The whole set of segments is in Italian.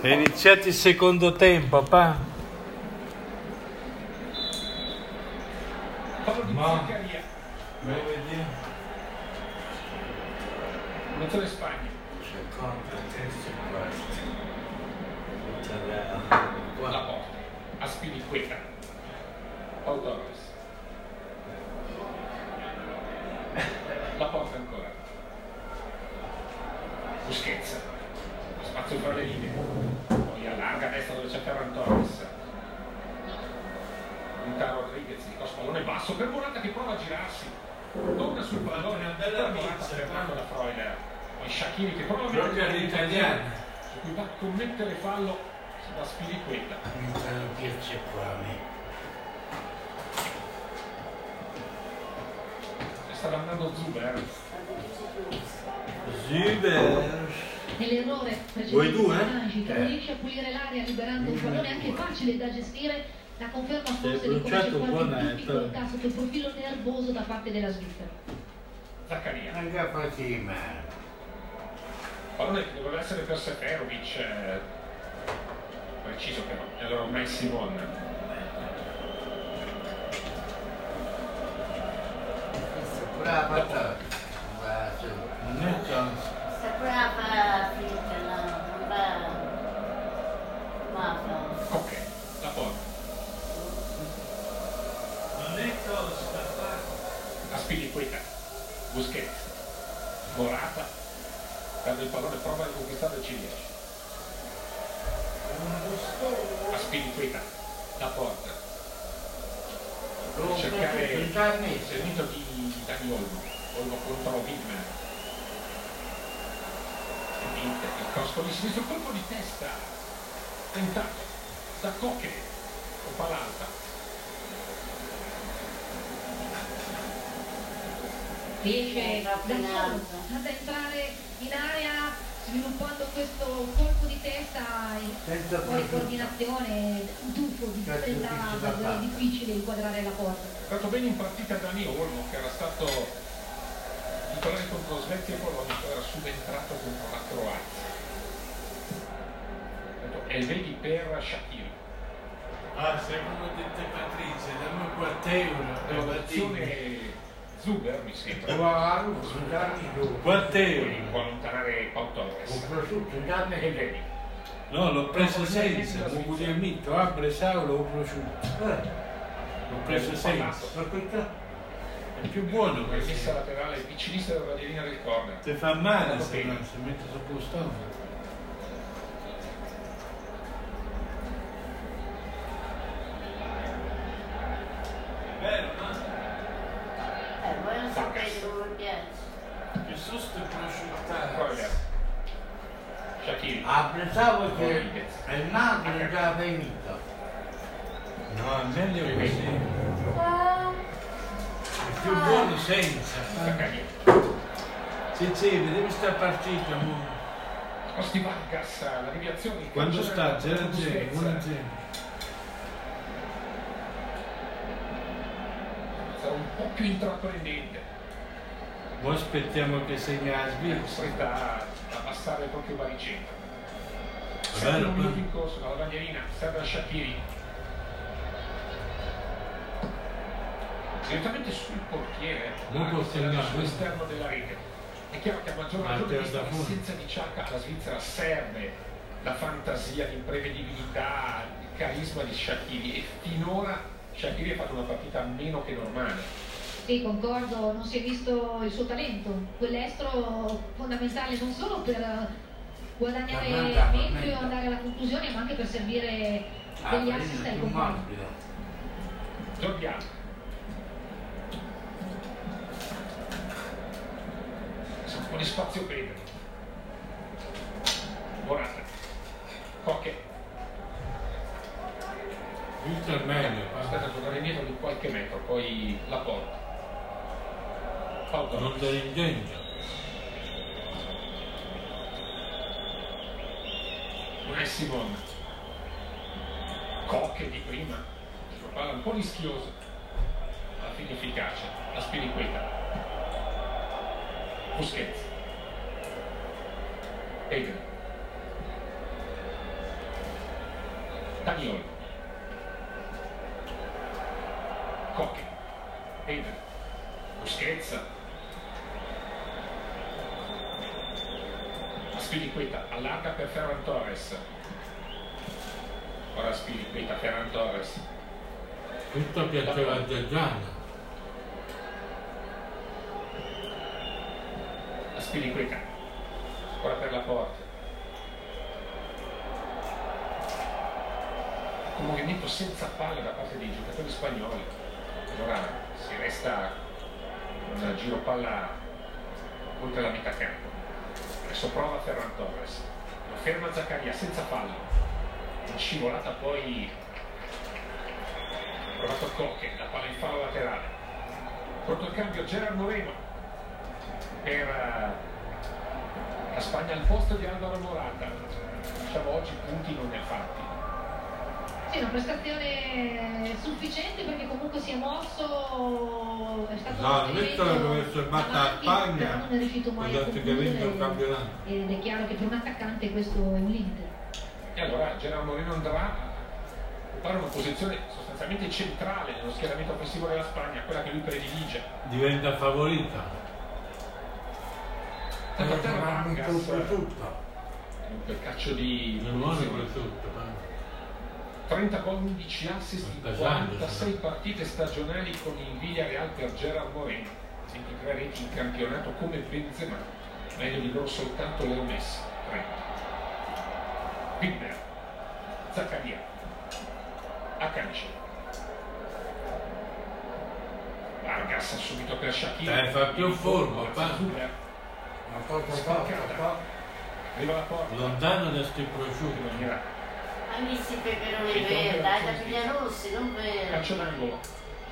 È iniziato il secondo tempo, papà. Ma... Contro la Spagna. La porta. Aspilicueta. Paul Torres. La porta ancora. Busquets. Spazio fra le linee. Poi allarga a destra dove c'è Ferran Torres. Punta Rodriguez, di pallone basso per Morata che prova a girarsi. Torna sul pallone, per Morata fermando la Freuler. Poi Sciacchini che prova a Gioca mettere all'italiana. su cui va a commettere fallo sulla Spiliqueta. Mi fanno piacere qua a me. Sta andando Zuber. Zuber. Nell'errore precedente Vuoi due? Sanchez, Eh. riesce a pulire l'area liberando un pallone anche facile da gestire la conferma forse di come c'è bruciato qualche buona, eh, difficoltà sotto il profilo nervoso da parte della Svizzera Zaccaria. Anche Fatima. Pallone che doveva essere per Seferovic. eh, Preciso però. E allora ormai Simon. Brava tata. Va su. Non è tanto. Sembrava finita la non va ma fa Ok. La porta. Non è tosta. A Spiliqueta. Busquets. Morata. Prende il pallone, prova a riconquistare il ciliegio. A Spiliqueta. La porta. Cercare- Servito di Dani Olmo. Olmo contro Widman. Inter, il costo di sinistro, colpo di testa. Tentato. Da Cocche. Con palla alta. riesce Eh, da Troppo in solo alto. ad entrare in area sviluppando questo colpo di testa e Senza poi proprio- coordinazione un tuffo di Cazzo, testa difficile da davvero fare. difficile inquadrare la porta È stato bene in partita Dani Olmo che era stato titolare contro Svezia e Polonia, poi era subentrato contro la Croazia. E vedi per Shakir. Ah, sei come dette Patrizia, dammi 4 euro. per battire. L'evoluzione Zuber mi sembra. Qua a Roma, dammi due. Quattro E può euro. allontanare Pau Torres. Con prosciutto, dammi E che vedi. No, l'ho preso senza. Con Guglielmito, ah, Bresau l'ho prosciutto. Eh, L'ho preso senza. ma questa- È più buono Rimessa questo. laterale vicinista della linea del corner. Ti fa male se no, si mette sopra lo stomaco. eh voglio sapere dove piace Che susto è Freuler. prosciuttare. Shakir. Ah, pensavo che il naso era già finito. No, è meglio così. È Ah. più buono senza. Zaccaria. Sì, sì, vediamo sta partita. mo. Costi Vargas, la deviazione. il Quando calcio sta era 0 0, Busquets. 1 0. Sarà un po' più intraprendente. Poi aspettiamo che segna la è Svizzera. costretta a a passare proprio baricentro. Vabbè, Sette minuti vabbè. in corso dalla bandierina, serve a Shakiri. Direttamente sul portiere, Non anche può se era segnare, eh. sull'esterno della rete. È chiaro che a maggior ragione Matteo vista Zaffoni. l'assenza di Ciacca alla Svizzera serve la fantasia, l'imprevedibilità, il carisma di Shakiri e finora Shakiri ha fatto una partita meno che normale. Sì, concordo, non si è visto il suo talento, quell'estro fondamentale non solo per guadagnare Ammenda, metri o ammenda. andare alla conclusione, ma anche per servire Ah, degli prima assist al più compagno. morbido. Giorgiano. C'è un po' di spazio Pedro. Morata. Cocche. Giusto al meglio. Aspetta a tornare indietro di qualche metro, poi la porta. Paolo. Non te l'ingegno. Non è Simon. Cocche di prima. Sulla palla un po' rischiosa. Alla fine efficace. La spiriqueta. Busquets. Pedro. Daniol. Cocchi. Eder. Busquets. Spiliqueta allarga per Ferran Torres. Ora Spiliqueta, Ferran Torres. Questo piaceva a Giangiano. La Spiliqueta. Ora per la porta. Un movimento senza palle da parte dei giocatori spagnoli. Allora si resta un giro palla oltre la metà campo. Adesso prova Ferran Torres. Lo ferma Zaccaria senza fallo. Una scivolata poi. Ha provato Cocche, la palla in fallo laterale. Pronto il cambio Gerard Moreno per eh, la Spagna al posto di Alvaro Morata. Diciamo oggi punti non ne ha fatti. Sì, una prestazione sufficiente perché comunque si è mosso, è stato No, un questo movimento l'aveva fermata a avanti, però Spagna non è riuscito mai a dato che vince un concludere campionato. ed è chiaro che per un attaccante questo è un limite. E allora Gerard Moreno andrà a occupare una posizione sostanzialmente centrale nello schieramento offensivo della Spagna, quella che lui predilige. Diventa favorita. La Eh, portiera ma mi Vargas, colpisce tutto. Quel calcio di Il Monaco è tutto. eh. 30 gol, 11 assist in Fantasciando, 46 partite stagionali con il Villarreal per Gerard Moreno. Sempre tre reti in campionato come Benzema, meglio di loro soltanto Leo Messi, 30. Wimmer, Zaccaria, Akanji. Vargas subito per Shakira. Eh, fa più forma, fa. Wimmer, Ma porta porta, porta. arriva la Eh. porta. Lontano da sti prosciutti. Non era. Hai visto i peperoni verdi, hai capelli rossi, non vero? Calcio d'angolo.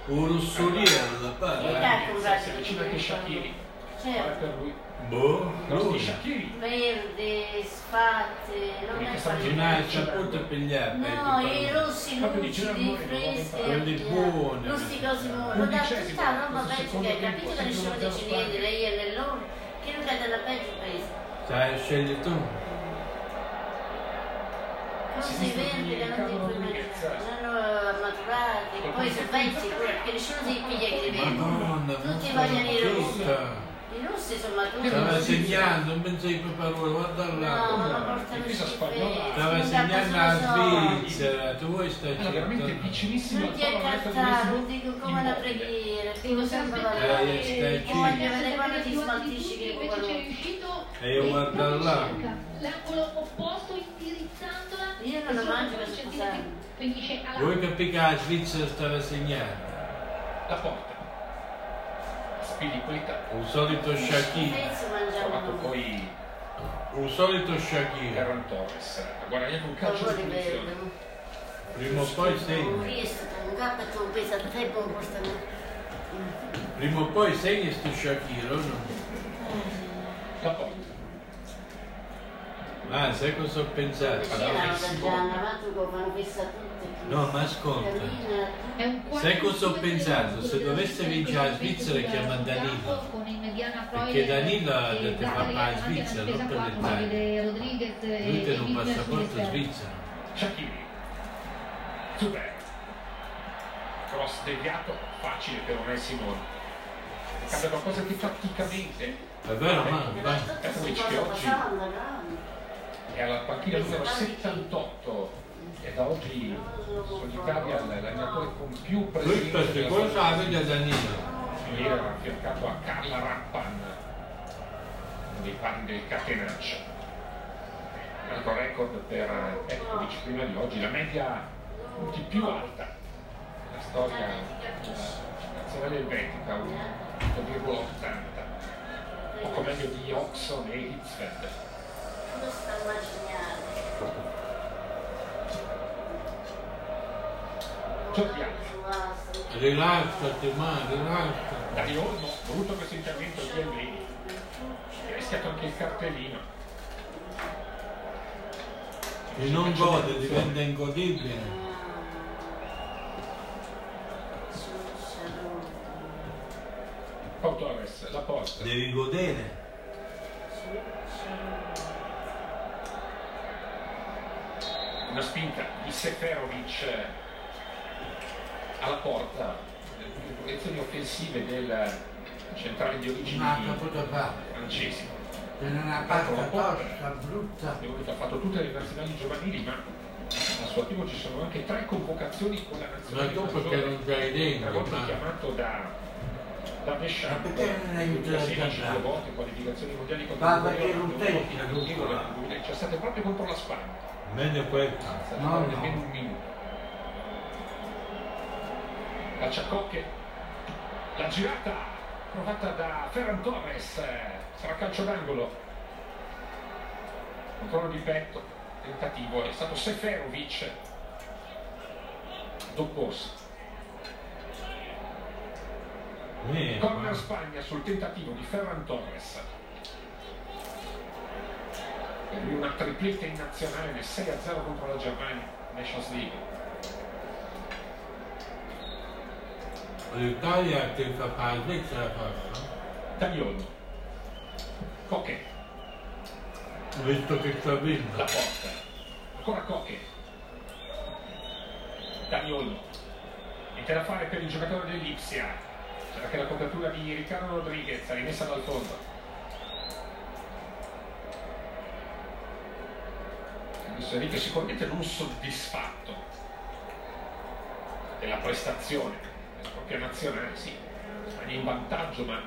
Un russolino da eh? parte. Dai, Si avvicina anche Shakiri. Ora Certo, per lui. Boh, Rosti lui. Shakiri. verde, sfatti, non è Non facile. ha saputo pigliare. No, i rossi Proprio lucidi, diceva Moreno, freschi, quelli buoni. non sti cosi muoiono. Ma da Undicesimo, tutta la roba questo peggio secondo che hai tempo, capito che nessuno secondo dice zero niente, Spagna. lei è l'ellone, che non è della peggio presa. Sai, scegli tu. Così verdi che non ti puoi mangiare, non maturati, poi sono pezzi, che nessuno si piglia che li vende. Madonna, Non ti ma vogliono i sono rossi. tutta. I rossi sono maturi. Stava segnando, non pensai che parole, guarda No, ma là. la portano Difesa schifezze, spagnola. Stava non segnando la dà così Svizzera, tu vuoi stai Era veramente cercando. vicinissimo Non al ti è palo, adesso cartato, dovessimo- dico come la immobile. preghiera, E dico lo si sempre la aspettava Eh, stai che preghiera. zitto. poi gli Guarda quando ti più alti di smaltisci tutti, che eh, invece quello- c'è riuscito E io guardo proprio là. cerca l'angolo opposto indirizzandola Io non lo solo mangio, qualche scusate. centimetro finisce alla Vuoi capire che la Svizzera stava segnando? La porta. Spiliqueta. Un solito Shakira, Schifezze Ha trovato mangiamo noi. poi un solito Shakira. Ferran Torres. Ha guadagnato un calcio di Favore punizione. verde. Prima o poi Un segna. riesco, un capito, un peso, tre buon portamento. Prima o poi segna sto Shakira, o no? La porta. Ah, sai cosa ho pensato? Sì, la mangiamo, ma tu lo fanno questa tutte. No, ma ascolta. Cammina, È un quarto Sai cosa ho di due pensato? minuti, Se dovesse quello vincere la che mette Svizzera, sul- chiama sul campo Danilo. con il mediano Perché Freuler Danilo ha e detto che fa Gabriel la davanti alla Svizzera, difesa non per quattro, l'Italia. vede Rodriguez e Lui tiene un Emilio passaporto sull'esterno. svizzero. Shakiri. Zuber. Cross deviato. Facile per un Simone. Cambia qualcosa che tatticamente È vero, ma ma va. tutto si può passare, no? è alla panchina numero 78 e da oggi solitaria l'allenatore con più Questa presenza è della cosa squadra. la vede Danilo. Ieri era affiancato a Carla Rappan, uno dei panni del catenaccio. Un altro record per Petkovic prima di oggi, la media punti più alta nella storia della nazionale elvetica, 1,80, poco meglio di Oxon e Hitzfeld. Tutto sta immaginando. Rilassati, ma rilassati. Dani Olmo, voluto questo intervento di Allegri, e ha rischiato anche il cartellino. E non gode, diventa ingodibile. Pau Torres, la porta. Devi godere. Morata, una spinta di Seferovic eh, alla porta, eh, proiezioni offensive del centrale di Ma origini caputo qua, francesi. c'è una pasta tosta, brutta. Devo dire che ha fatto tutte le nazionali giovanili, ma al suo attivo ci sono anche tre convocazioni con la Ma nazionale tu perché maggiore. non dai Una dentro? volta Ma chiamato da, da Deschamps, Ma perché non hai aiutato 2016 Zidane? due volte, qualificazioni mondiali contro Parla il che Corea, non due te, volte la in lupa. nel 2017 proprio contro la Spagna. Meglio questo. Senza No, dare no. nemmeno un minuto. Calcio a cocche, la girata provata da Ferran Torres, eh, sarà calcio d'angolo. Controllo di petto, tentativo, è stato Seferovic. Doppos. Eh, Corner Spagna sul tentativo di Ferran Torres. Per lui una tripletta in nazionale nel 6-0 contro la Germania, Nations League. L'Italia che fa parte ce la faccio. Taglioni. Cocche, Ho visto che sta vinto. la porta. Ancora Cocche. Taglioni. Niente da fare per il giocatore dell'Ipsia. C'era che la copertura di Riccardo Rodriguez, rimessa dal fondo. Adesso Enrique sicuramente non soddisfatto della prestazione della propria nazionale, sì, Spagna in vantaggio, ma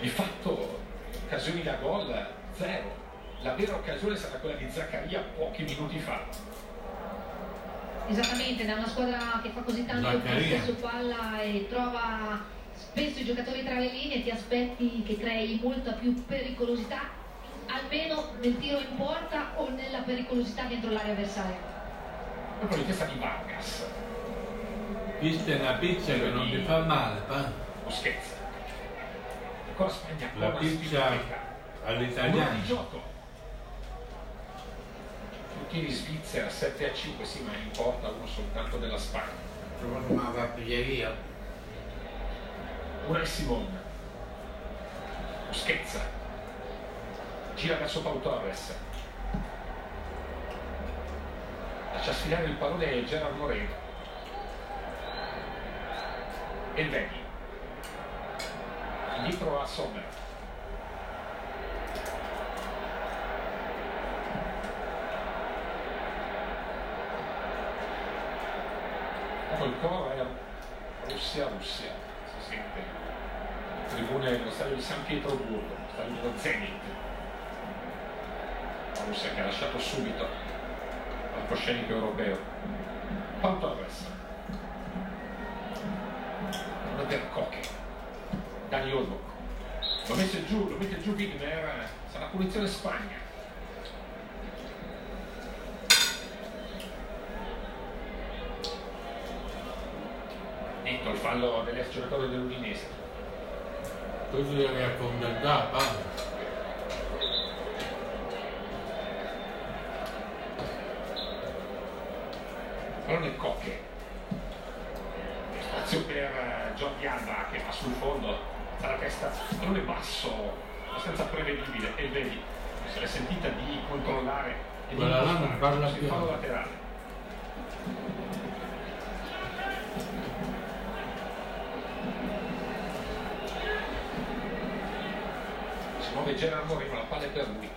di fatto occasioni da gol zero. La vera occasione sarà quella di Zaccaria pochi minuti fa. Esattamente, da una squadra che fa così tanto Zaccaria. pista su palla e trova spesso i giocatori tra le linee, ti aspetti che crei molta più pericolosità, almeno nel tiro in porta o nella pericolosità dentro l'area avversaria. Proprio di testa di Vargas. Questa è una pizza che non ti fa male, pa. Non scherza. Ancora Spagna con La una pizza spinta. Un'ora di all'italiana. gioco. Tutti in Svizzera 7 a 5, sì, ma in porta uno soltanto della Spagna. Secondo me va a pigliare via. Una Simone. Scherza. Gira verso Pau Torres. Lascia sfilare il pallone Gerard Moreno. E Vegni. Indietro a Sommer. Dopo il corner, Russia, Russia, si sente. Tribune dello stadio di San Pietroburgo, stadio dello Zenit. La Russia che ha lasciato subito palcoscenico europeo. Pau Torres. Una per Koke. Dani Olmo. Lo mette giù, lo mette giù Widmer. Sarà punizione Spagna. Ecco il fallo dell'ex giocatore dell'Udinese. Tu ti devi accontentare, pa. Pallone Cocche. Spazio per eh, Jordi Alba che va sul fondo, fa la testa, pallone basso, abbastanza prevedibile e vedi, se l'è sentita di controllare e di Quella là non impostare, parla sul più. fallo laterale. Si muove Gerard Moreno, la palla è per lui.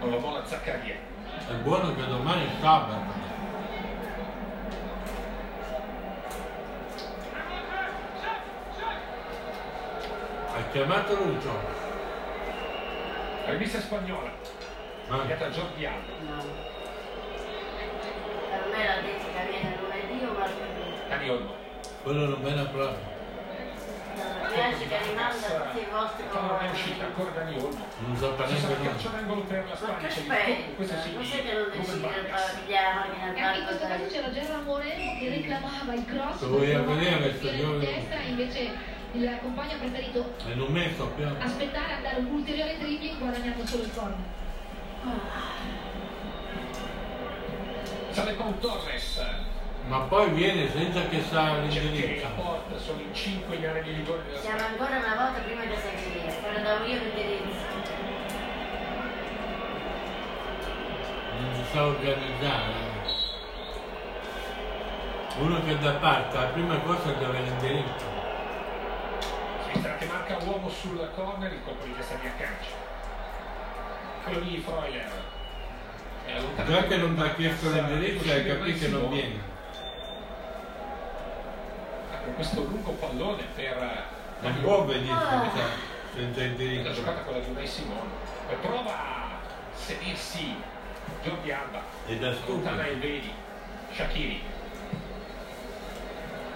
Non la vola Zaccaria. È buono che domani è sabato. Ha chiamato Lucio. La rimessa spagnola, Ma tagliata a Jordi Alba. No. Per me l'ha detto che viene lunedì o martedì. Dani Olmo. quello non me ne parla. Non mi piace che rimanda tutti i vostri Allora Diciamo, è comportamenti. uscita ancora Dani Olmo. Non so Ci neanche sarà noi. calcio d'angolo per la Ma Spagna. che c'è il tocco, questo aspetta? sì, Non sai che non Ruben decide il Vargas. pavigliano che E anche in ne questo caso parla? c'era Gerard Moreno che reclamava il cross, Lo voglio provava vedere a questo colpire di giorno. testa, invece il compagno ha preferito E non me sto più. aspettare a dare un ulteriore dribbling guadagnando solo il corner. Sale con Torres. Cioè, Ma poi viene senza che sa Cerchi la l'indirizzo. porta, sono in 5 in area di rigore della Siamo Spagna. ancora una volta prima che Sagria, però davo io l'indirizzo. Non si sa organizzare. Uno che da parte, la prima cosa deve l'indirizzo. Entrate marca uomo sul corner, il colpo di testa di Accancio. Quello di Freuler. È allontanato. Già che non ti ha chiesto l'indirizzo hai capito che non Massimo. viene. Apre Ah, questo lungo pallone per... eh, Non può venire senza, senza La indirizzo. giocata quella di Unai Simone. E prova a sedersi Jordi Alba. E da Lontana stupido. e vedi. Shakiri.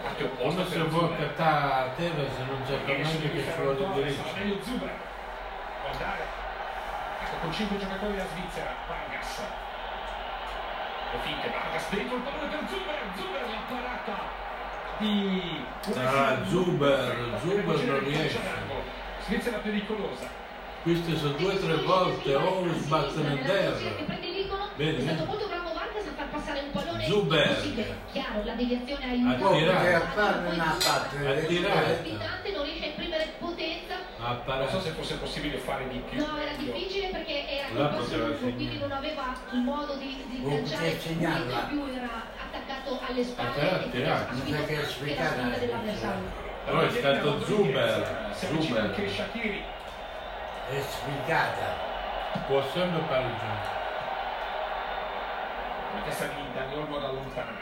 Atteo Uno se può cattare a terra se non c'è per me che ci vuole l'indirizzo. Meglio Zuber. Può andare. Ecco, con 5 giocatori della Svizzera. Vargas. Lo finte Vargas dentro il pallone per Zuber. Zuber la parata di... Ah, Zuber, Zuber non riesce. Svizzera pericolosa. Queste sono due o tre volte o mi sbattono in Che terra. prende il vincolo, Bene, è stato bene. molto bravo Vargas a far passare un pallone Zuber. così che, chiaro, la deviazione ha A aiutato. tirare. Poi Farne una Zuber, parte. A tirare. Ospitante non riesce a imprimere potenza, Ha Non so parato. se fosse possibile fare di più. no, era difficile perché era Là col passo poteva lungo, quindi segnare. non aveva il modo di, di Oh, calciare, poteva segnarla. Quindi in più era attaccato alle spalle però e quindi tirare, ha non subito è che anche la spiegare. spinta dell'avversario. Però è stato Zuber. Si avvicina anche Zuber. Shakiri. È sfigata. Può sempre pareggiare. La testa di Daniolmo da lontana.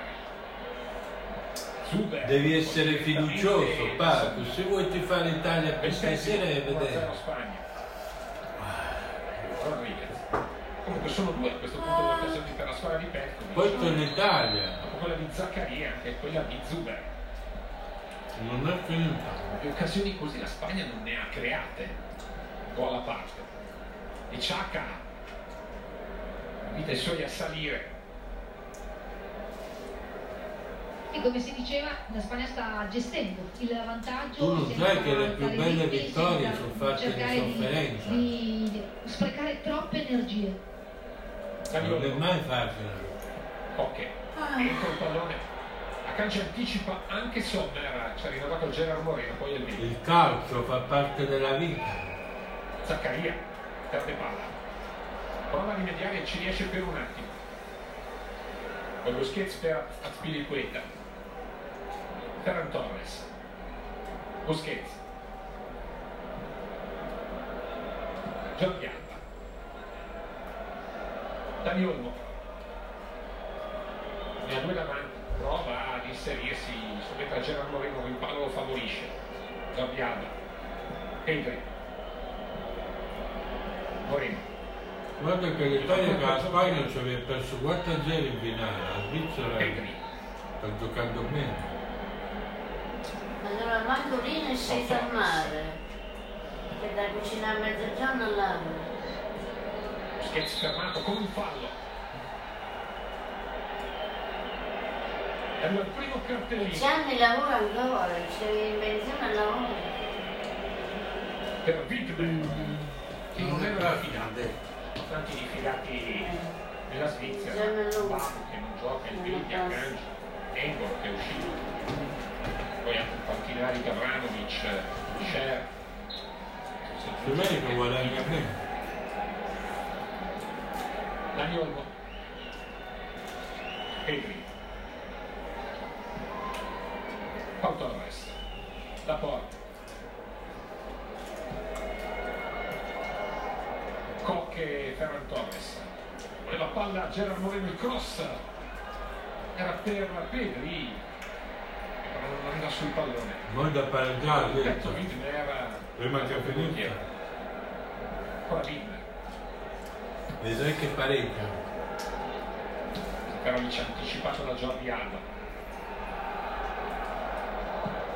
Zuber. Devi essere fiducioso, Paco. Se vuoi ti fare l'Italia per Ventesimo, stasera e 1-0 vedere. Spagna. Ah, Rodriguez. Comunque sono due a questo punto le occasioni per la squadra di Petkovic. Questo è l'Italia. Dopo quella di Zaccaria e quella di Zuber. Non è finita. Le occasioni così la Spagna non ne ha create. Gol a parte. E Ciacca invita i suoi a salire. E come si diceva, la Spagna sta gestendo il vantaggio. Tu lo senza sai che le più alzare belle diritti, vittorie senza sono fatte di cercare sofferenza. Di, di sprecare troppe energie. Non è Daniolo. mai facile. Ok, entro il pallone. A calcio anticipa anche Sommer, ci è rinnovato Gerard Moreno, poi è lì. Il calcio fa parte della vita. Zaccaria, perde palla. Prova a rimediare e ci riesce per un attimo. Con lo scherzo per Azpilicueta. Ferran Torres. Busquets. Giorgi Alba. Dani Olmo. Ne ha due davanti. Prova ad inserirsi su metà Gerard Moreno, il palo lo favorisce. Giorgi Alba. Entri. Moreno. Guarda che l'Italia con la Spagna ci aveva perso 4-0 in finale. La Svizzera Entri. sta giocando bene. Allora manco lì non si fermare. Che da cucina a mezzogiorno all'anno. Scherzo fermato con un fallo. E allora il primo cartellino Gianni lavora ancora, c'è in benzina lavora. per Wittberg, che non è era una fidata. facile. Tanti difilati della Svizzera, Gianni Babu Lopez. che non gioca, il Non Pini di passa. Arcangelo, Engolo che è uscito, poi anche Pantinari, Gavranovic, Scher. Se vedi che guadagna bene. Dani Olmo. Pedri. Pau Torres. La porta. Koch e Ferran Torres. Voleva palla a Gerard Moreno il cross. Era per Pedri. Però non arriva sul pallone. Noi da pareggiare, Petto detto. Widmer. Prima che finisca. Ancora Widmer. Vedrai che pareggia. però mi ci ha anticipato da Jordi Alba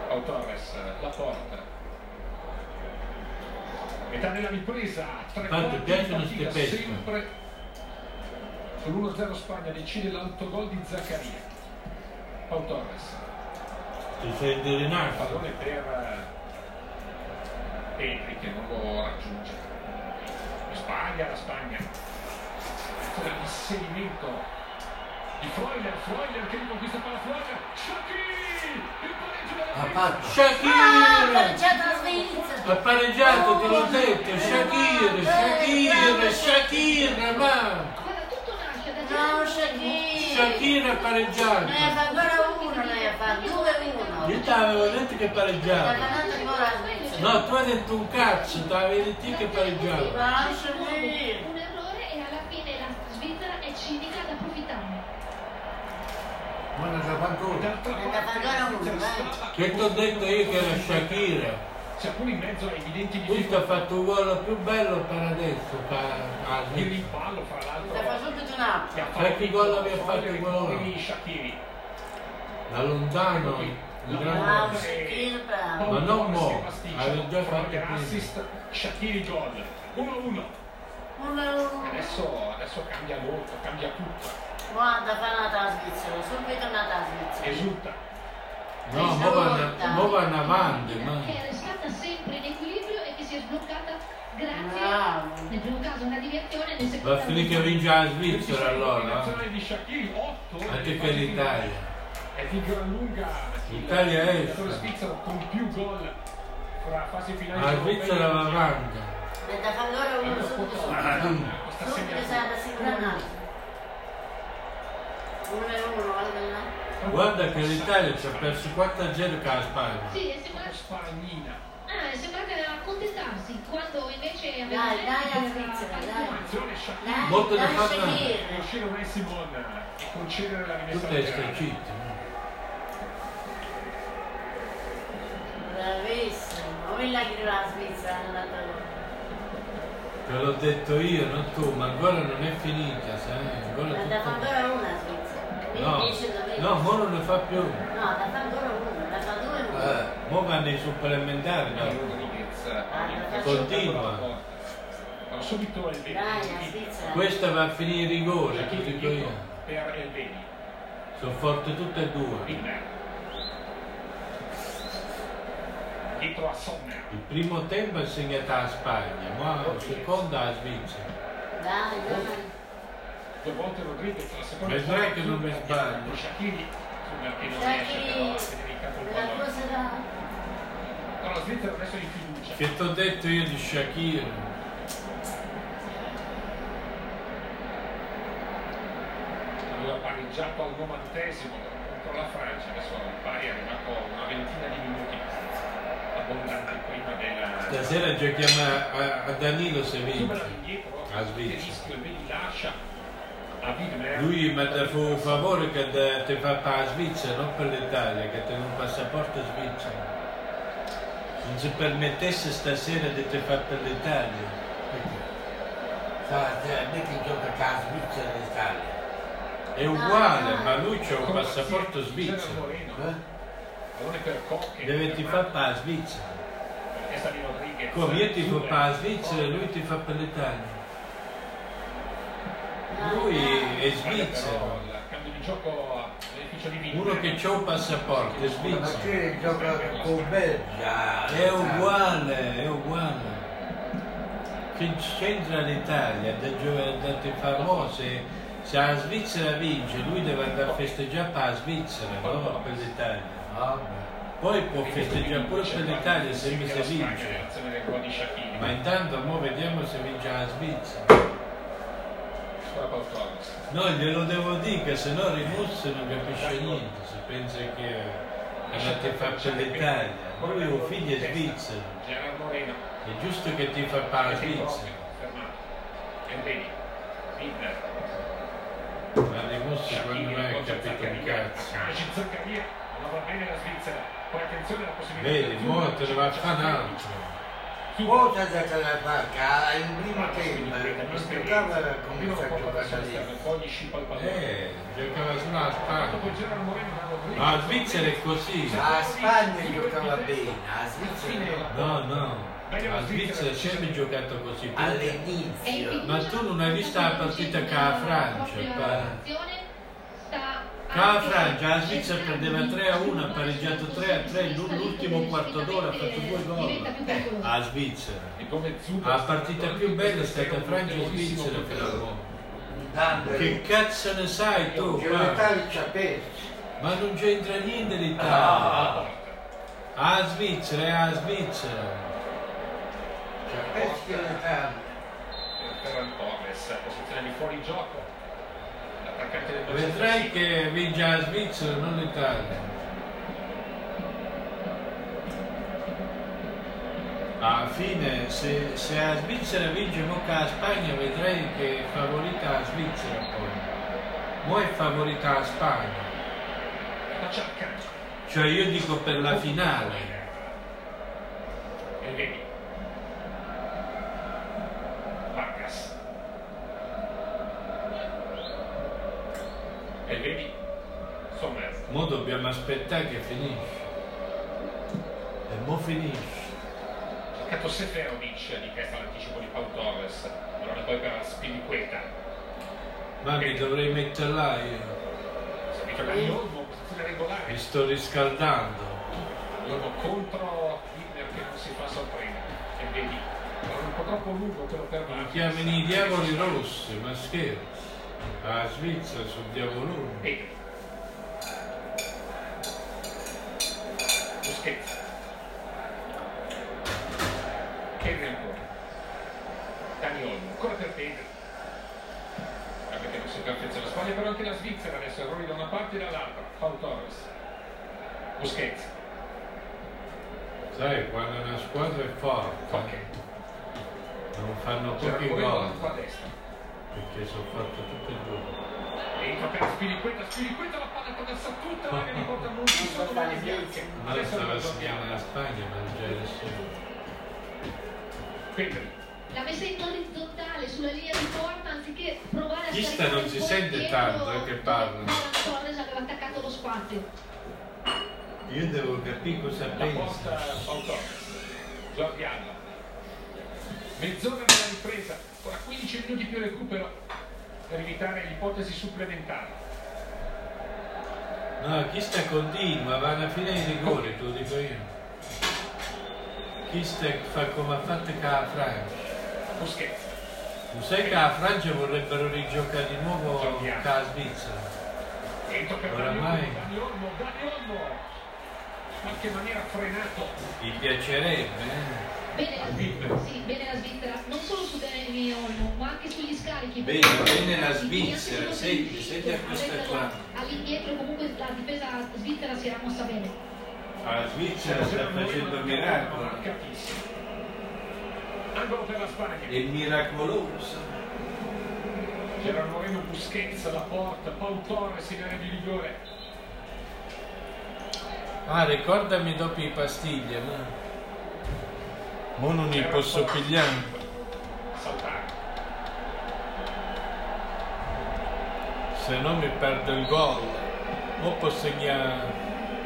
Pau Torres la porta metà della ripresa tre Tanto quarti di piacciono partita, ste pesche. sempre sull'1-0 Spagna decide l'autogol di Zaccaria Pau Torres Ti sei indelinato. pallone per eh, Petri che non lo raggiunge sbaglia la Spagna ancora l'inserimento di Freuler Freuler che riconquista palla Freuler Shakiri il pareggio della La Svizzera. faccia. Ah, Shakira! pareggiata la Svizzera! Ha pareggiato, te l'ho detto. Shakira, Shakira, Shakira, ma... Guarda, tutto nasce da No, Shakir. Shakira ha pareggiato. Lei ha fatto ancora uno, lei ha fatto due uno. Io ti avevo detto che Sta pareggiava. parlando ancora la Svezia. No, tu hai detto un cazzo, ti avevi detto che pareggiava. Ma Shakir. Un errore e alla fine la Svizzera è cinica ad approfittarne. Buona da Pantone. D'altra Ne ha fatto ancora uno, eh. Che ti ho detto io che era Shakira? C'è pure in mezzo a evidenti Questo difficoltà ha fatto il gol più bello per adesso, di per rimpallo fra l'altro. Ne ha fatto subito un altro. Che ha Sai che gol aveva fatto i quello là? gol di Shakiri. da lontano. il Bravo grande- Shakir, bravo. Ma non mo, Si pasticcia. aveva già fatto Prende prima. assist, Shakiri gol. 1-1. Uno uno. Adesso, adesso cambia molto, cambia tutto. Guarda, fa una tasca Svizzera, subito una tasca Svizzera. Esulta. No, mo vanno, mo vanno avanti, ma Che è restata sempre in equilibrio e che si è sbloccata grazie Bravo. nel primo caso una deviazione, nel secondo va a finire che vince la Svizzera allora. eh. Combinazione di Shakiri, 8. Anche per l'Italia. È di gran lunga L'Italia il esce. giocatore svizzero con più gol fra fase finale La europea. Ah, Svizzera va avanti. Ne ha fatto ancora uno subito subito. Questa Subito ah, si è segnatura. andata sicura un altro. Uno e uno, guarda là. Guarda che l'Italia ci ha perso 4 a 0 con la Spagna. Sì, è sembrata, Spagnina. ah, è sembrata accontentarsi quando invece aveva Dai, dai, era la Svizzera, dai. parecchio. Attenzione Shakiri. Dai, Molto dai, ne fanno- Shakir. Riuscire un Simon e concedere la rimessa Tutte laterale. estercite. Bravissimo. Lui l'ha che la Svizzera, non l'ha dato. Te l'ho detto io, non tu, ma ancora non è finita, sai? Ancora Ne ha fatto tutto... ancora una la Svizzera. Quindi dieci No, domenica. no, mo non ne fa più. No, ne ha fatto ancora uno, ne ha fatto due uno. Eh, mo vanno i supplementari, no? Rodriguez Ah, Continua. Ma subito il Dai, bene la Svizzera. Questa va a finire in rigore, ti dico io. per il bene Sono forti tutte e due. Milner dietro a Sommer Il primo tempo è segnata la Spagna, ma il secondo la Svizzera. Dai, dai. due volte Rodriguez la seconda Vedrai che non mi sbaglio. Shakiri Sommer che non riesce però a tenere in campo il La pallone cosa da... No, la Svizzera adesso è in fiducia Che ti ho detto io di Shakira? aveva pareggiato al novantesimo contro la Francia adesso il pari è arrivato a una ventina di minuti abbondanti prima della Stasera giochiamo a, a Danilo se Subala vince. indietro, Ah, Svizzera. il rischio e vedi lascia a eh. Wigner. Lui mi ha fatto un favore che te- ti fa per la Svizzera, non per l'Italia, che ti un passaporto svizzero. Non si permettesse stasera di te fare per l'Italia. Stasera me cioè, che gioca con la Svizzera e l'Italia. È uguale, ma lui c'ha un passaporto svizzero. Moreno, Eh? pallone per Koch, Deve ti fare per la Svizzera. testa di Rodriguez. Come io ti fa per la Subala. Svizzera e lui ti fa per l'Italia. Lui è Guarda però svizzero. il cambio di gioco a beneficio di Wigner. Uno che c'ha un passaporto è Ma svizzero. perché gioca con Belgia? È uguale, è uguale. Che c'entra l'Italia da giovane famoso? Se, se la Svizzera vince, lui deve andare a festeggiare per la Svizzera, no? Per l'Italia. Vabbè. Poi può festeggiare pure per l'Italia se mi si Spagna, vince. l'azione del gol di Shaqiri. Ma intanto mo vediamo se vince la Svizzera. Ancora Pautoglu. No, glielo devo dire, che se no Rimusso non capisce niente, si pensa che è una tifaccia l'Italia. Lui è un figlio è svizzero, Ah, Gerard Moreno. è giusto che ti fa per la Svizzera. Fermato. Embeni. Wigner. Ma Rimusso quando non ha capito un cazzo. Zaccaria, non va bene la Svizzera. Poi attenzione alla possibilità. Vedi, mo te ne va a fare un altro. Cosa da la barca? Il primo tempo non giocava come sta giocando adesso. Eh, giocava sulla Spagna. Ma Ma la Svizzera è così. La Spagna giocava bene, la Svizzera no. No, no. La Svizzera ha sempre giocato così. all'inizio. Ma tu non hai visto la partita con la Francia, pa- Con la Francia, la Svizzera perdeva 3 a 1, ha pareggiato 3 a 3, l'ultimo quarto d'ora ha fatto due gol. Eh, ah. La Svizzera. La partita più bella è stata Francia-Svizzera fino a mo'. Tanto Che che cazzo ne sai tu? qua? l'Italia ci ha perso. Ma non c'entra niente l'Italia. A Svizzera, è a Svizzera. Ci ha perso l'Italia. Ferran Torres, posizione di fuorigioco. La attaccante del Vedrai che vince la Svizzera, non l'Italia. Alla fine, se, se la Svizzera vince Mocca la Spagna, vedrai che è favorita la Svizzera poi. Mo' è favorita la Spagna. La cerca. Cioè io dico per la finale. E vedi. Vargas. E vedi. Sommer. Mo dobbiamo aspettare che finisce. E mo finisce. Cercato Seferovic di testa all'anticipo di Pau Torres. Allora poi per Spiniqueta. Ma mi dovrei mettere là io. Servito da Iormo, posizione regolare. Mi sto riscaldando. Loro contro Hitler che non si fa sorprendere. E vedi, era un po' troppo lungo quello per Mi Marquez. chiamano i diavoli rossi, ma scherzo. La Svizzera sono diavoloni. Vedi. Busquets. Kerry ancora. Dani Olmo, ancora per Pedro. Anche che non si perfeziona la Spagna, però anche la Svizzera adesso errori da una parte e dall'altra. Paul Torres. Busquets. Sai, quando una squadra è forte, Ok. Cioè, non fanno C'era pochi ancora gol, il a destra. perché sono fatte tutte e due. Entra per Spiriqueta, Spiriqueta la palla attraversa tutta l'area di porta non ci sono maglie bianche. Ma Adesso stava la segnando la sappiamo. Spagna, ma non c'è nessuno. Pedri, La messa in orizzontale sulla linea di porta anziché provare a Chista scaricare non si fuori sente dietro tanto, eh, che dove parla. Ferran Torres aveva attaccato lo spazio. Io devo capire cosa la porta pensa. Paul Torres, Jordi Alba. Mezz'ora nella ripresa, ancora 15 minuti più recupero per evitare l'ipotesi supplementare. No, chi sta continua, va alla fine di rigore, te lo dico io. Chi sta fa come ha fatto con la Francia. Busquets, Tu sai che la Francia vorrebbero rigiocare di nuovo con la Svizzera. entra per Dani Olmo, Oramai. Dani Olmo, Dani Olmo. In che maniera ha frenato. Mi piacerebbe, eh? Bene la Svizzera. Svizzera, sì, bene la Svizzera, non solo su Dani Olmo, ma anche sugli scarichi. Bene, bene la Quindi Svizzera, anche sugli senti, scarichi, senti a questa avendo qua. All'indietro comunque la difesa svizzera si era mossa bene. La Svizzera Cioè, sta facendo miracoli. Marcatissimo. Angolo per la Spagna. È miracolosa. C'era Moreno Busquets alla porta, Paul Torres in area di rigore. Ah, ricordami dopo i pastiglie, no? Mo non li Era posso Torres. pigliare. Saltare. se no mi perdo il gol o posso segnare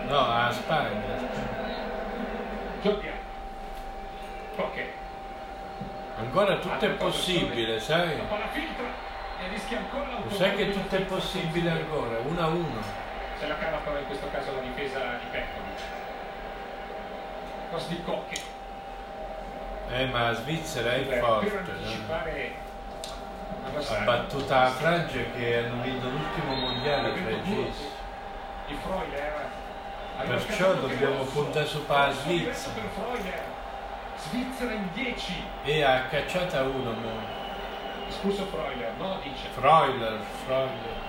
no a Spagna Giorgia. Ok. ancora tutto è possibile sai La palla filtra e rischia ancora lo l'autogol. sai che tutto è possibile ancora 1 a 1 Se la cava però in questo caso la difesa di Petkovic. Cross di Cocche. eh ma la Svizzera è Per forte eh. no? anticipare ha l'avversario. battuto la Francia che hanno vinto l'ultimo mondiale i francesi Di Freuler. eh. Arriva perciò il calcio dobbiamo rosso. puntare su per la Rosso diretto Svizzera per Freuler. Svizzera in 10. e ha cacciata uno mo. Scusa Freuler, no dice. Freuler Freuler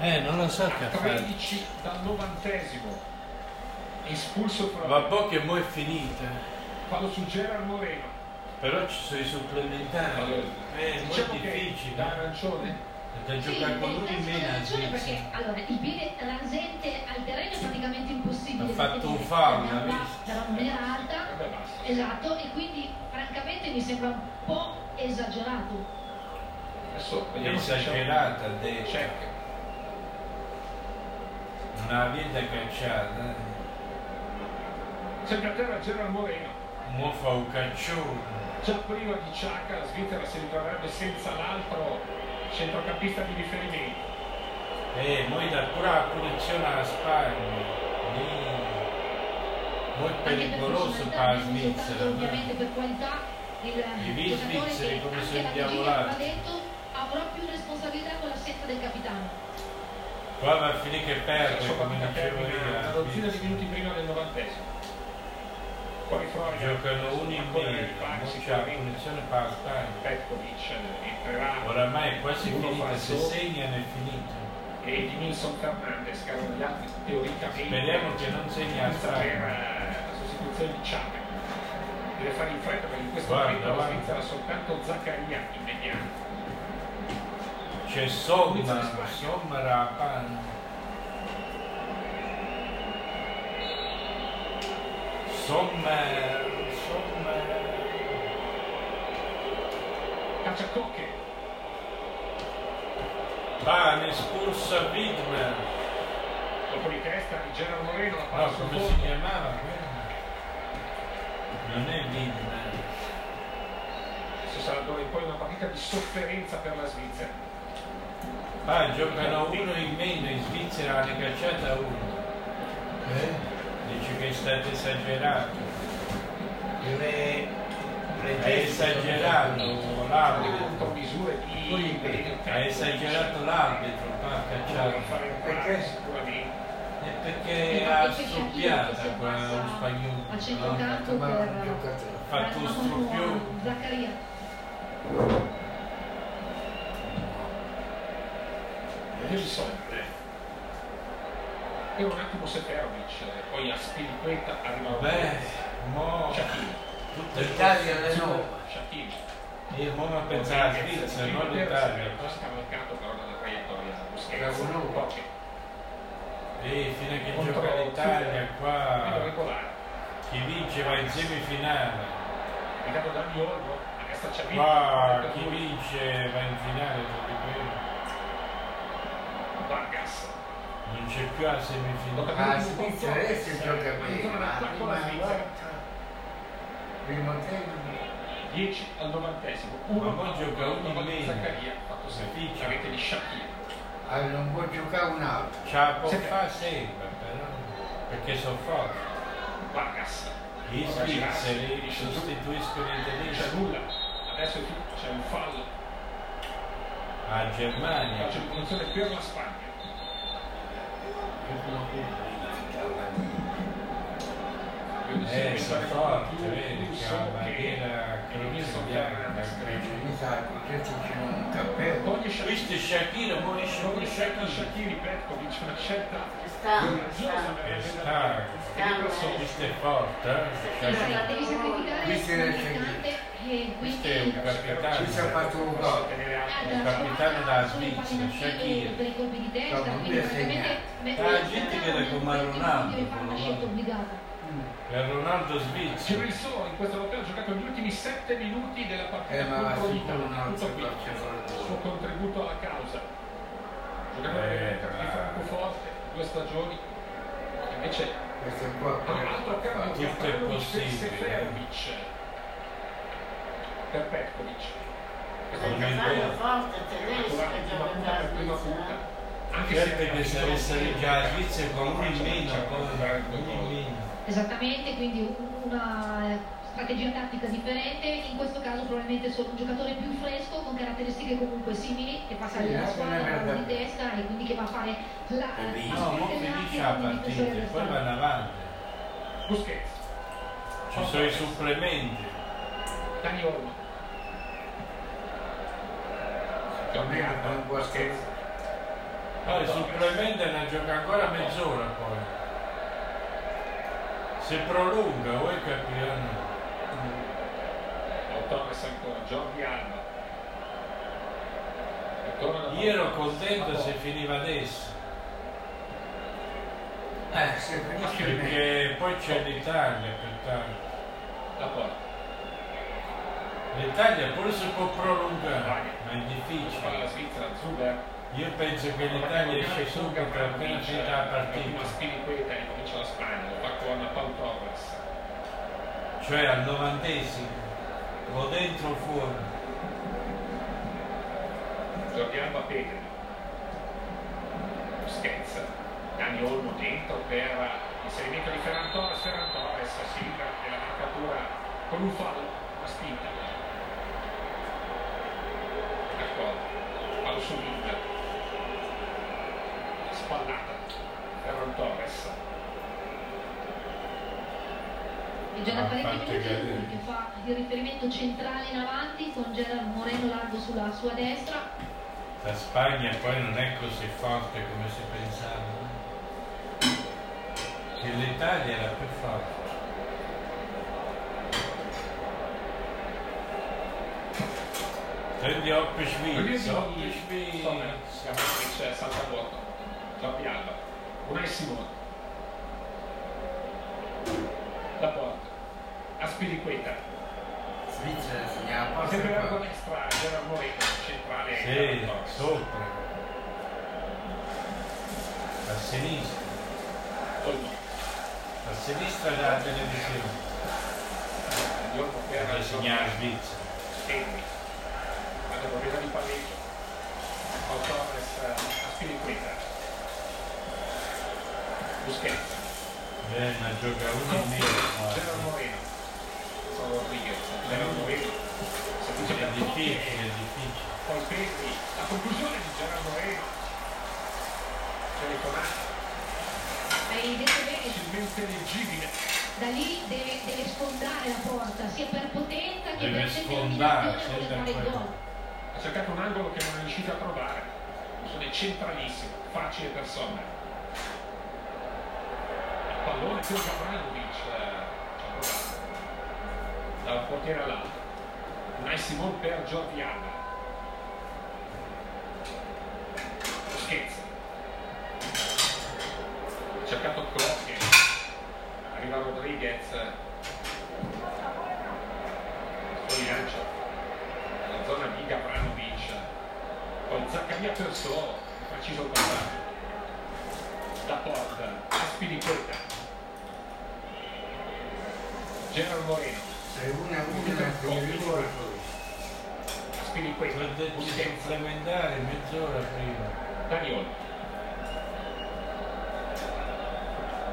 eh non lo so che A ha fatto 13 dal novantesimo. Espulso Freuler. vabbè che mo è finita Fallo su Gerard Moreno. però ci sono i supplementari Eh, è diciamo molto che difficile. da arancione da Sì, giocare con lui nel senso meno della ragione, perché anzi. allora il piede rasente al terreno è praticamente impossibile. Ha fatto un perché foul, la gamba- ha visto? la gamba era alta, vabbè basta esatto, e quindi francamente mi sembra un po' esagerato. adesso è vediamo se c'è un esagerata cioè, adesso check una vita cacciata eh. sempre a terra Gerard Moreno mo fa un caccione già prima di Ciacca la Svizzera si ritroverebbe senza l'altro centrocampista di riferimento eh mo è da pure la punizione alla Spagna Lì. mo è Anche per pericoloso per personalità, la non soltanto Svizzera ovviamente no? per qualità I il miei giocatore svizzeri che come sono anche la vigilia indiavolati. ha detto avrà più responsabilità con l'assenza del capitano. qua va a finire che perde Insomma, Certo, termina come eh, dicevo io una la dozzina di Svizzera. minuti prima del novantesimo Poi Freud Giocano uno in Poi meno, mo c'è la sicuramente punizione part-time. Petkovic entrerà Oramai è quasi Uno finita, fa se solo. segnano è finito. e di Nilsson Fernandez che erano gli altri teoricamente Speriamo che non segna il per Fraga. eh, la sostituzione di Ciame deve fare in fretta perché in questo Guarda, momento la guarda. Svizzera ha soltanto Zaccaria in mediano C'è Somma, Somma Rapan. Somma, Somma. Cacciacocche Pan espulsa Widmer. colpo di testa di Gerard Moreno la palla No, sul come fondo si chiamava quello? Non è eh. Widmer. Adesso sarà d'ora in poi una partita di sofferenza per la Svizzera Ah, giocano uno in meno, in Svizzera ne cacciata uno. Eh? Dice che è stato esagerato. Le, le Ha gesti sono- esagerato le l'arbitro. contromisure di Ha esagerato l'arbitro, ma ha Voleva cacciato. fare entrare Perché? sicuramente È perché ha stuppiata qua un a spagnolo. no? centrocampo Ma non per eh, giocatore. Ha fatto un struppione. Zaccaria Wilson e un attimo Seferovic poi a Spiriqueta arriva Beh, mo... Sciacchini Tutte L'Italia è nuova. Sciacchini E mo mi ha pensato alla Svizzera, non all'Italia. ha scavalcato però dalla traiettoria Busquets Bravo, no. Poche E fino a che Contro- gioca l'Italia meno qua, regolare chi vince va in semifinale. guidato da Diorgo a destra c'è Vini Qua chi vince va in finale, non ti credo. Vargas Non c'è più la semifinale. Ah, Svizzera adesso gioca bene, Zona ma d'attacco la prima Svizzera. volta, primo tempo, 10 al 90esimo Ma 1 poi gioca uno in meno. Zaccaria fatto sempre Capisci? la rete di Sciacchini ah, non può giocare un altro. Ciapo Sì. fa sempre, però. Perché sono forti. Vargas Gli svizzeri sostituiscono i non c'è tedeschi. nulla adesso chi- c'è un fallo A Eh. Germania. calcio di punizione per la Spagna Eh, sono forti, vedi che Russo ha la che bandiera croce Wilson bianca. Fernandez croce. Mi sa che questo c'è un cappello. Toglie Shakiri, Questo è Shakira, mo esce toglie pure Shakira. Shakiri, Shakiri, Petkovic, una scelta Stanno, coraggiosa stanno. per il Ah. Stanno. Nicholson. Questo è forte, eh? Sì, Shakira. la devi sacrificare Questo un era il attaccante e Questo è un quindi capitano. Ci si è fatto un Posso gol. tenere alto. Eh, il capitano della sono Svizzera, impallinative Shakira. per i colpi di testa, Cavolo, quindi lui ha praticamente segnato. mette- Ah, la gente viene con Maronaldo, deve con fare una scelta Ronaldo. obbligata. Per Ronaldo svizzero. Girilson in questo europeo ha giocato gli ultimi 7 minuti della partita Eh, ma va contro sicuro un l'Italia. altro cioè. Tutto qui, il suo Barcellona. contributo alla causa. Eh, Giocatore di bravo. Francoforte, due stagioni. Invece Questo è qua. un altro cambio Tutto è Gavranovic per possibile. eh. Seferovic. Per Petkovic. Questo è un Perché fanno forte il tedesco titolare che di prima gioca punta per per prima la punta. Svizzera. Anche Certo che se era avessero già la Svizzera con uno in Francia meno, comincia a con guardare due uno in gol. meno. Esattamente, quindi una eh, strategia tattica differente, in questo caso probabilmente solo un giocatore più fresco, con caratteristiche comunque simili, che fa salire la Sì, squadra, anche una la di merda. testa e quindi che va a fare la No, mo finisce la partita, e poi vanno avanti. Busquets, Ci sono i supplementi. Dani Olmo. Almeno non può scherzare. No, i supplementi ne gioca ancora mezz'ora poi. Se prolunga, vuoi capire o no? Torres ancora, Jordi Alba. E torna la Io ero palla. contento se Ma finiva adesso, Eh, se finisce bene. perché poi c'è l'Italia pertanto. poi La palla. L'Italia pure si può prolungare, ma è La palla alla difficile. Svizzera, Zuber. Io penso che l'Italia esce subito appena finita la Prima partita, Spiriqueta e comincia la Spagna, lo fa con Paul Torres. cioè al novantesimo, o dentro o fuori. Jordi Alba Pedri. Busquets. Dani Olmo dentro per inserimento di Ferran Torres. Ferran Torres si libera della marcatura con un fallo, una spinta. D'accordo. Fallo su Wind. Spallata. Ferran Torres. E Gerard Ha parecchi fatto minuti cadere. che fa il riferimento centrale in avanti con Gerard Moreno largo sulla sua destra La Spagna poi non è così forte come si pensava. eh? Che l'Italia era più forte. Prendi Oppischwitz, Insomma, Oppischwitz. siamo c'è Saltavuoto, Giappi Alba, Unessimo, La Porta, Aspiriqueta, Svizzera segnava poco sempre la e destra, Gerard Moreno, centrale, Sì, della Torres. sopra. A sinistra. Olmo, A sinistra della televisione. Diorno per Per il segnare Svizzera. Enni, alla proprietà di palleggio, Autores, Aspiriqueta, Busquets, Eh, ma gioca uno in Gerard meno. eh. Moreno, sono Rodriguez, Gerard Moreno, È servizio per difficile, è Totti. difficile. poi Pesci, la conclusione di Gerardo Moreno, Cioè, telefonata, hai detto bene facilmente leggibile, da lì deve, deve sfondare la porta sia per potenza che Deve per sfondare, determinazione sì, per fare il d'accordo. gol ha cercato un angolo che non è riuscito a trovare, sono centralissimo, facile per Sommer. Il pallone per Gavranovic, eh, ci ha provato, dal portiere all'altro, Unai Simon per Jordi Alba. Scherzo. Ha cercato Crocche, arriva Rodriguez, poi lancio nella zona di Gavranovic, poi Zaccaria per solo, preciso il passaggio, da porta, Aspiriqueta, Gerard Moreno, Se una a una come rigore poi. Aspiriqueta, Protezione Busquets, supplementare mezz'ora prima. Daniol,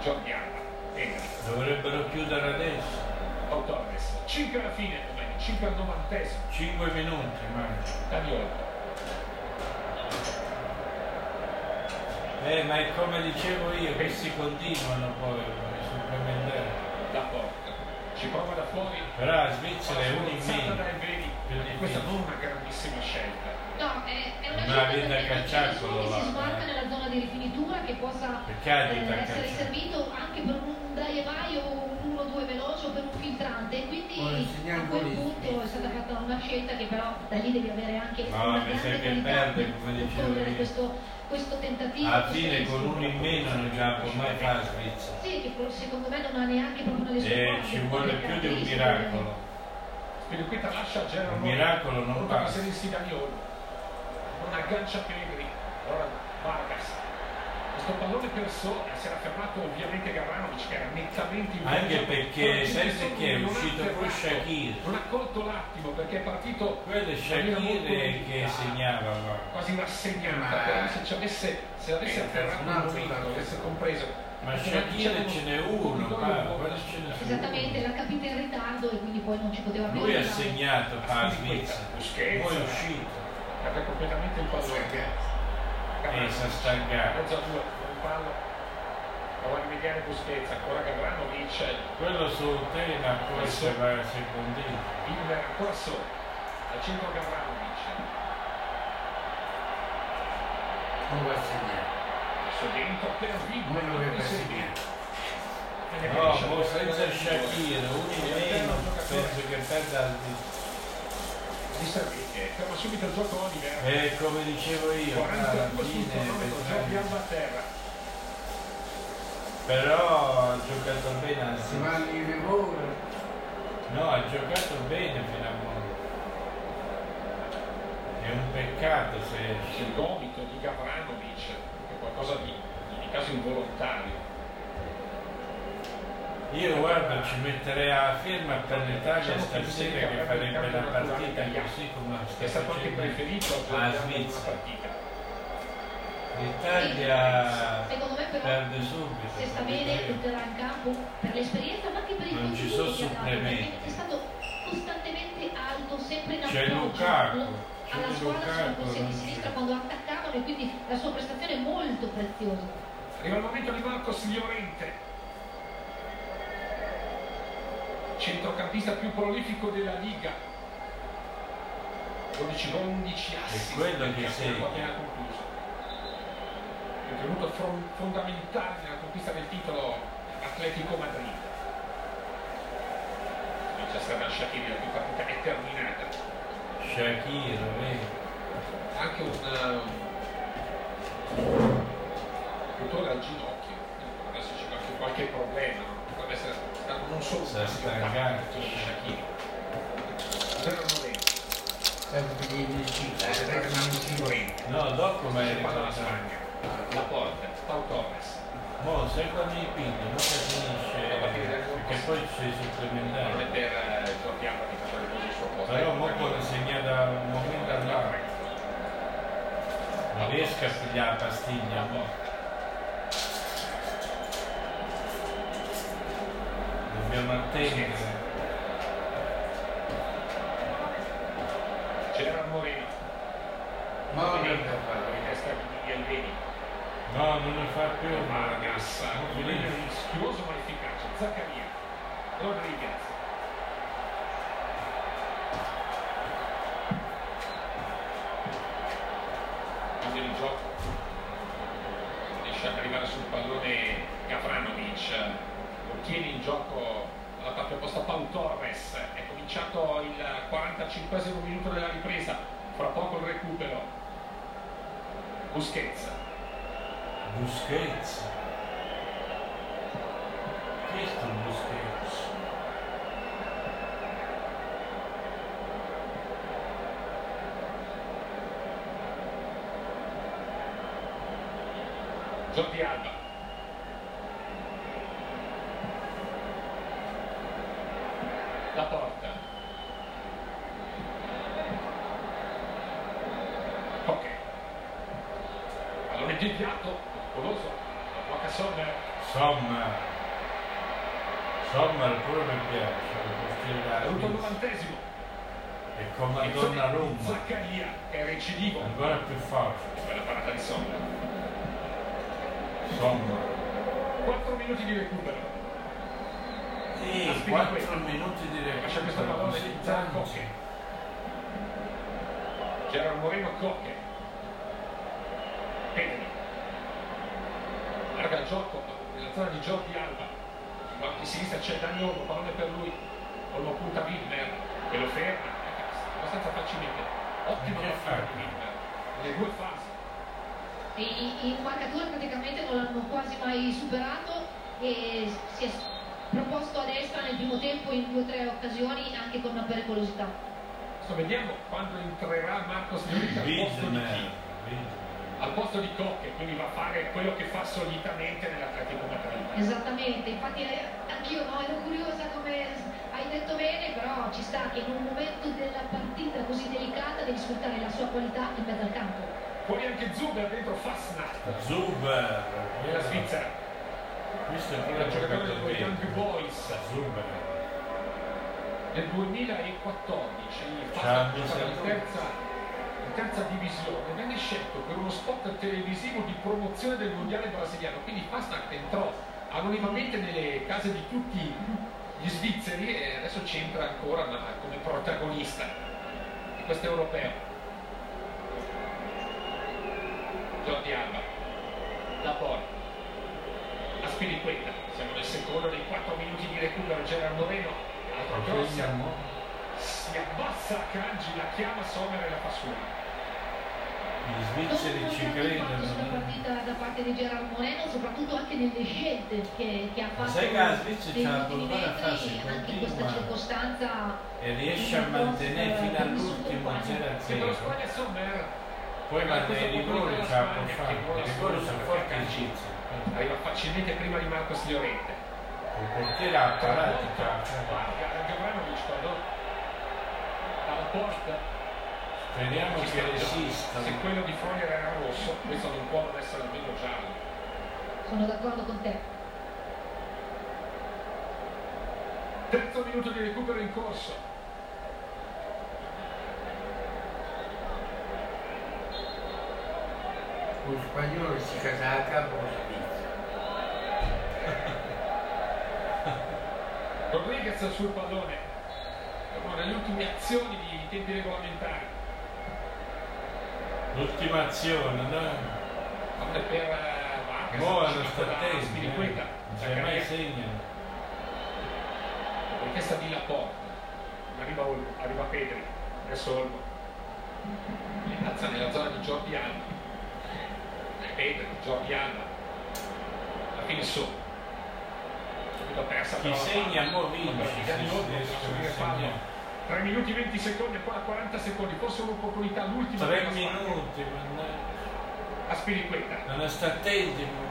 Jordi Alba, Enrico. Dovrebbero chiudere adesso. Autores, 5 alla fine, come 5 al novantesimo, 5 minuti, ma. Daniolo, Eh, ma è come dicevo io, questi continuano poi come supplementari. da porta, ci prova da fuori, Però la Svizzera è uno in Forzata meno. dai vedi, Più di questa meno. non è una grandissima scelta, No, è, è una Ma scelta viene perché da calciare c'è quello nessuno diciamo che là, si sbarca eh. nella zona di rifinitura che possa Perché ha di eh, da essere calciare? servito anche per un Daie Vai o un 1-2 veloce o per un filtrante e quindi Vuole segnare a quel gol. punto è stata fatta una scelta che però da lì devi avere anche No, una mi sa che grande qualità perde, per come dicevo correre io. questo, questo tentativo Alla questo fine rischio. con uno in meno non la può mai fare la Svizzera. sì che però secondo me non ha neanche proprio le sue E corde, Eh, ci vuole le più di un caratteristiche. miracolo. Spiriqueta lascia Gerard Un Moreno, miracolo non Prova a passa. servirsi Daniolo, non aggancia Pedri, ora Vargas, questo pallone per Sona si era fermato ovviamente Gavranovic che era nettamente in Anche mezzo, perché, però sai Gilson perché è non ha uscito poi fermato, Shakir? Non ha colto l'attimo perché è partito Quello è Shakir che segnava guarda. quasi rassegnata, Ma- però se ci avesse, se avesse Eh, afferrato un un altro momento, caso. avesse compreso. Ma Perché Shakir diciamo, ce n'è uno, un guarda, po' quello ce n'è uno. esattamente l'ha capito in ritardo e quindi poi non ci poteva più Lui ha arrivare. segnato per la Svizzera, Busquets. poi è uscito Cade completamente il pallone. e si è stancato. Mezzo a due, un pallo. Prova a rimediare Busquets, ancora Gavranovic, Quello sul tema forse va a secondino. Miller ancora solo. Al centro Gavranovic. Non va a segnare. Adesso dentro per Vigna, Non dovrebbe inserire. segnare. E ne No, finisce mo ancora senza il Shakir, uno in meno, penso che perda la Svizzera. Di Servizi, ferma subito il gioco Oliver. E come dicevo io, alla 42 Eh, fine sul cronometro, Giorgi vedrai. Alba a terra. Però ha giocato bene la Si va "Oh, Svizzera. in rigore. No, ha giocato bene fino a morte. È un peccato se... il gomito di Gavranovic è qualcosa di in ogni caso involontario Io guarda, ci metterei la firma per l'Italia Diciamo che stasera bisogna che farebbe la cambiare la partita naturale così come la è sta stato anche facendo preferito a la giocare in una Svizzera. partita L'Italia secondo me però perde subito. se sta capito bene io? porterà in campo per l'esperienza ma anche per il Non ci sono contributo che ha dato, supplementi. perché è stato costantemente alto sempre in C'è approccio Lukaku, c'è alla squadra sulla Lukaku, posizione di non sinistra c'è. quando attaccavano e quindi la sua prestazione è molto preziosa arriva il momento di Marcos Llorente centrocampista più prolifico della Liga. 12 gol, 11 assist. È quello nel che campionato segna. appena concluso. È divenuto fron- fondamentale nella conquista del titolo Atletico Madrid. Manchester Shakiri, la cui partita è terminata. Shakira, vero. Anche un eh, rotore al ginocchio. Adesso c'è qualche, qualche problema. Potrebbe essere stato non solo Sì, un sta attacco, cagando. di Shakiri. Però non è. Sempre di riuscita, Eh, sempre di riuscita. Torino, No, dopo mi hai si fa dalla ricordato. Spagna, la porta, Pau Torres, Mo, se quando i pinti non che La partita finisce, è perché poi c'è i non è supplementari. per eh, Giorgiano che fa il suo posto. Però mo può segnare da un momento all'altro. Non riesco a pigliare la pastiglia, mo. Dobbiamo attendere. C'era Moreno, Mamma Moreno, mia. in testa di Alveni, No, non lo fa più, ma Margassa, Moreno è rischioso ma efficace, Zaccaria, Rodriguez, Quindi il gioco riesce ad arrivare sul pallone Gavranovic, lo tiene in gioco alla parte opposta Pau Torres, è cominciato il 45 minuto della ripresa, fra poco il recupero. Busquets, Busquets. Chi è sto Busquets? Jordi Alba. La porta. Ok. Allora deviato, goloso, la blocca Sommer. Sommer. Sommer pure mi piace, È venuto il perché la novantesimo. è come Donna Roma, Zaccaria è recidivo. ancora più forte. Bella parata di Sommer. Sommer. 4 minuti di recupero. Sì, 4 minuti di Lascia questo pallone recupero, di sì, Zacco tanti. Gerard Moreno Cocche. Pedri. Larga il gioco nella zona di Jordi Alba. Sul banco di sinistra c'è Dani Olmo, pallone per lui. Olmo punta Wilmer e lo ferma. Eh, Abbastanza facilmente. Ottima Che partita fa? di Wilmer. Nelle due fasi. E in marcatura praticamente non l'hanno quasi mai superato e si è proposto a destra nel primo tempo in due o tre occasioni anche con una pericolosità. Adesso vediamo quando entrerà Marcos Llorente al posto di Widmer. chi? Al posto di Cocche, quindi va a fare quello che fa solitamente nell'Atletico Madrid. Esattamente, infatti eh, anch'io no, ero curiosa come hai detto bene, però ci sta che in un momento della partita così delicata devi sfruttare la sua qualità in mezzo al campo. Poi anche Zuber dentro Fasnacht. Zuber. Nella Svizzera. Questo è Era proprio il giocatore dei due Young giocatore. Boys Zuber. nel 2014, Ciao, passa in Giuseppe. terza, in terza divisione, venne scelto per uno spot televisivo di promozione del mondiale brasiliano, quindi Fastnacht entrò anonimamente nelle case di tutti gli svizzeri e adesso c'entra ancora ma come protagonista di questo europeo. Jordi Alba, la porta. Aspiriqueta, siamo nel secondo dei 4 minuti di recupero, Gerard Moreno, altro cross, si abbassa Kanji, la chiama Sommer e la fa sulla. Gli svizzeri ci Nonostante il fatto sulla credono. partita da parte di Gerard Moreno, soprattutto anche nelle scelte che, che ha Ma fatto sai che la Svizzera negli c'ha la ultimi buona metri, fase anche in questa continua. circostanza e riesce a mantenere fino all'ultimo 0 a Sembra 0 la Spagna Sommer, poi quando i rigori ce la può fare i rigori sono forti in Svizzera arriva facilmente prima di Marcos Llorente. il portiere ha parato ce la fa. Guarda, Gavranovic quando dalla porta speriamo ci sta che già. Se resistano quello di Foglia era rosso, questo non può essere almeno giallo. sono d'accordo con te. Terzo minuto di recupero in corso. Lo spagnolo si casa a capo con la Rodriguez sul pallone. Ora le ultime azioni di tempi regolamentari. L'ultima azione, no? Ora per eh, Vargas. Boh, hanno uscita da strategia. eh. Spiriqueta. Non c'è mai Zaccaria. segno. Richiesta di Laporte. Arriva, Olmo, arriva Pedri. Adesso Olmo. Le Piazza nella zona di Jordi Alba. Pedri, Jordi Alba. La fine su. Subito persa Chi però la segna, palla. mo vince, La partita di se Olmo, riesce la a subire segnare. Fabio. 3 minuti 20 secondi, ancora 40 secondi, forse un'opportunità, l'ultima per Tre la Spagna. minuti, mannaggia. A Spiriqueta. Non è strategico.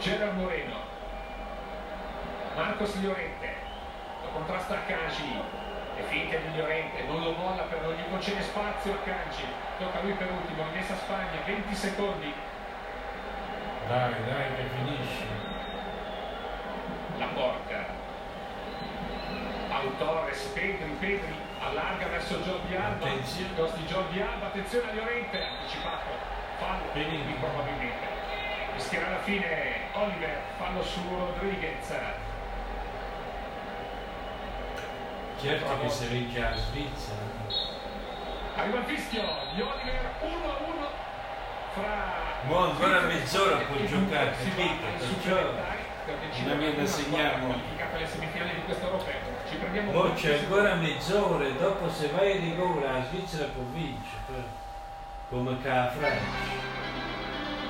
Gerard Moreno, Marcos Llorente, lo contrasta a Kanji, è finta di Llorente, non lo molla però non gli concede spazio a Kanji, tocca a lui per ultimo, rimessa a Spagna, 20 secondi, Dai, dai, che finisce. la porta. Autores, Pedri, Pedri, allarga verso Giordi Alba, Attenzione. costi Giordi Alba, attenzione a Llorente, anticipato, fallo, Benissimo. quindi probabilmente. Rischierà la fine Oliver, fallo su Rodriguez, Certo che se vince la Svizzera. eh. Arriva il fischio di Oliver 1 a 1 fra Mo ancora mezz'ora può e giocare, si va capito? ai Perciò supplementari per decidere viene da una segnare, squadra mo. qualificata alle semifinali di questo europeo. Ci prendiamo Mo pochi c'è secondi. ancora mezz'ora e dopo se vai in rigore la Svizzera può vincere, però. come che la Francia.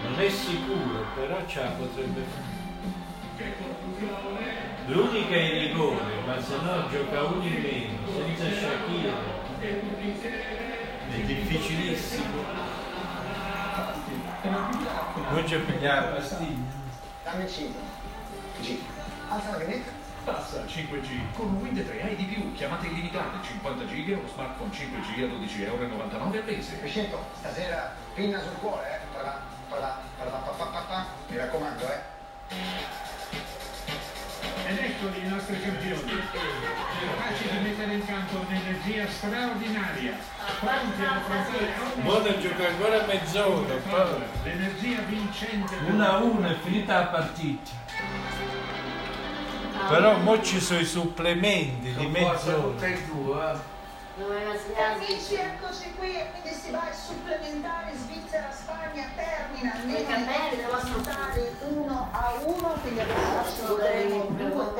Non è sicuro, però ce la potrebbe fare. L'unica è in rigore, ma se no gioca uno in meno, senza Shakira. È difficilissimo. Non c'è pigliare la pastiglia. Dammi 5. G. Alza la granetta. Passa al 5G con Wind 3i di più, chiamate illimitate 50 GB e uno smartphone 5G a 12,99 euro al mese. Crescento, stasera pinna sul cuore, eh. Parla, parla, parla, pa, pa, pa, pa. Mi raccomando, eh. Ed eccoli i nostri campioni, capaci di mettere in campo un'energia straordinaria, pronti a affrontare ogni Modo gioca ancora mezz'ora, poi. l'energia vincente del 1 a 1 è finita la partita. Però mo ci sono i supplementi di mezz'ora. Tutte e due, eh. Doveva Amici, segnarsi. eccoci qui, quindi si va ai supplementari Svizzera-Spagna, termina Perché a me nei devo totali 1 a 1, quindi abbiamo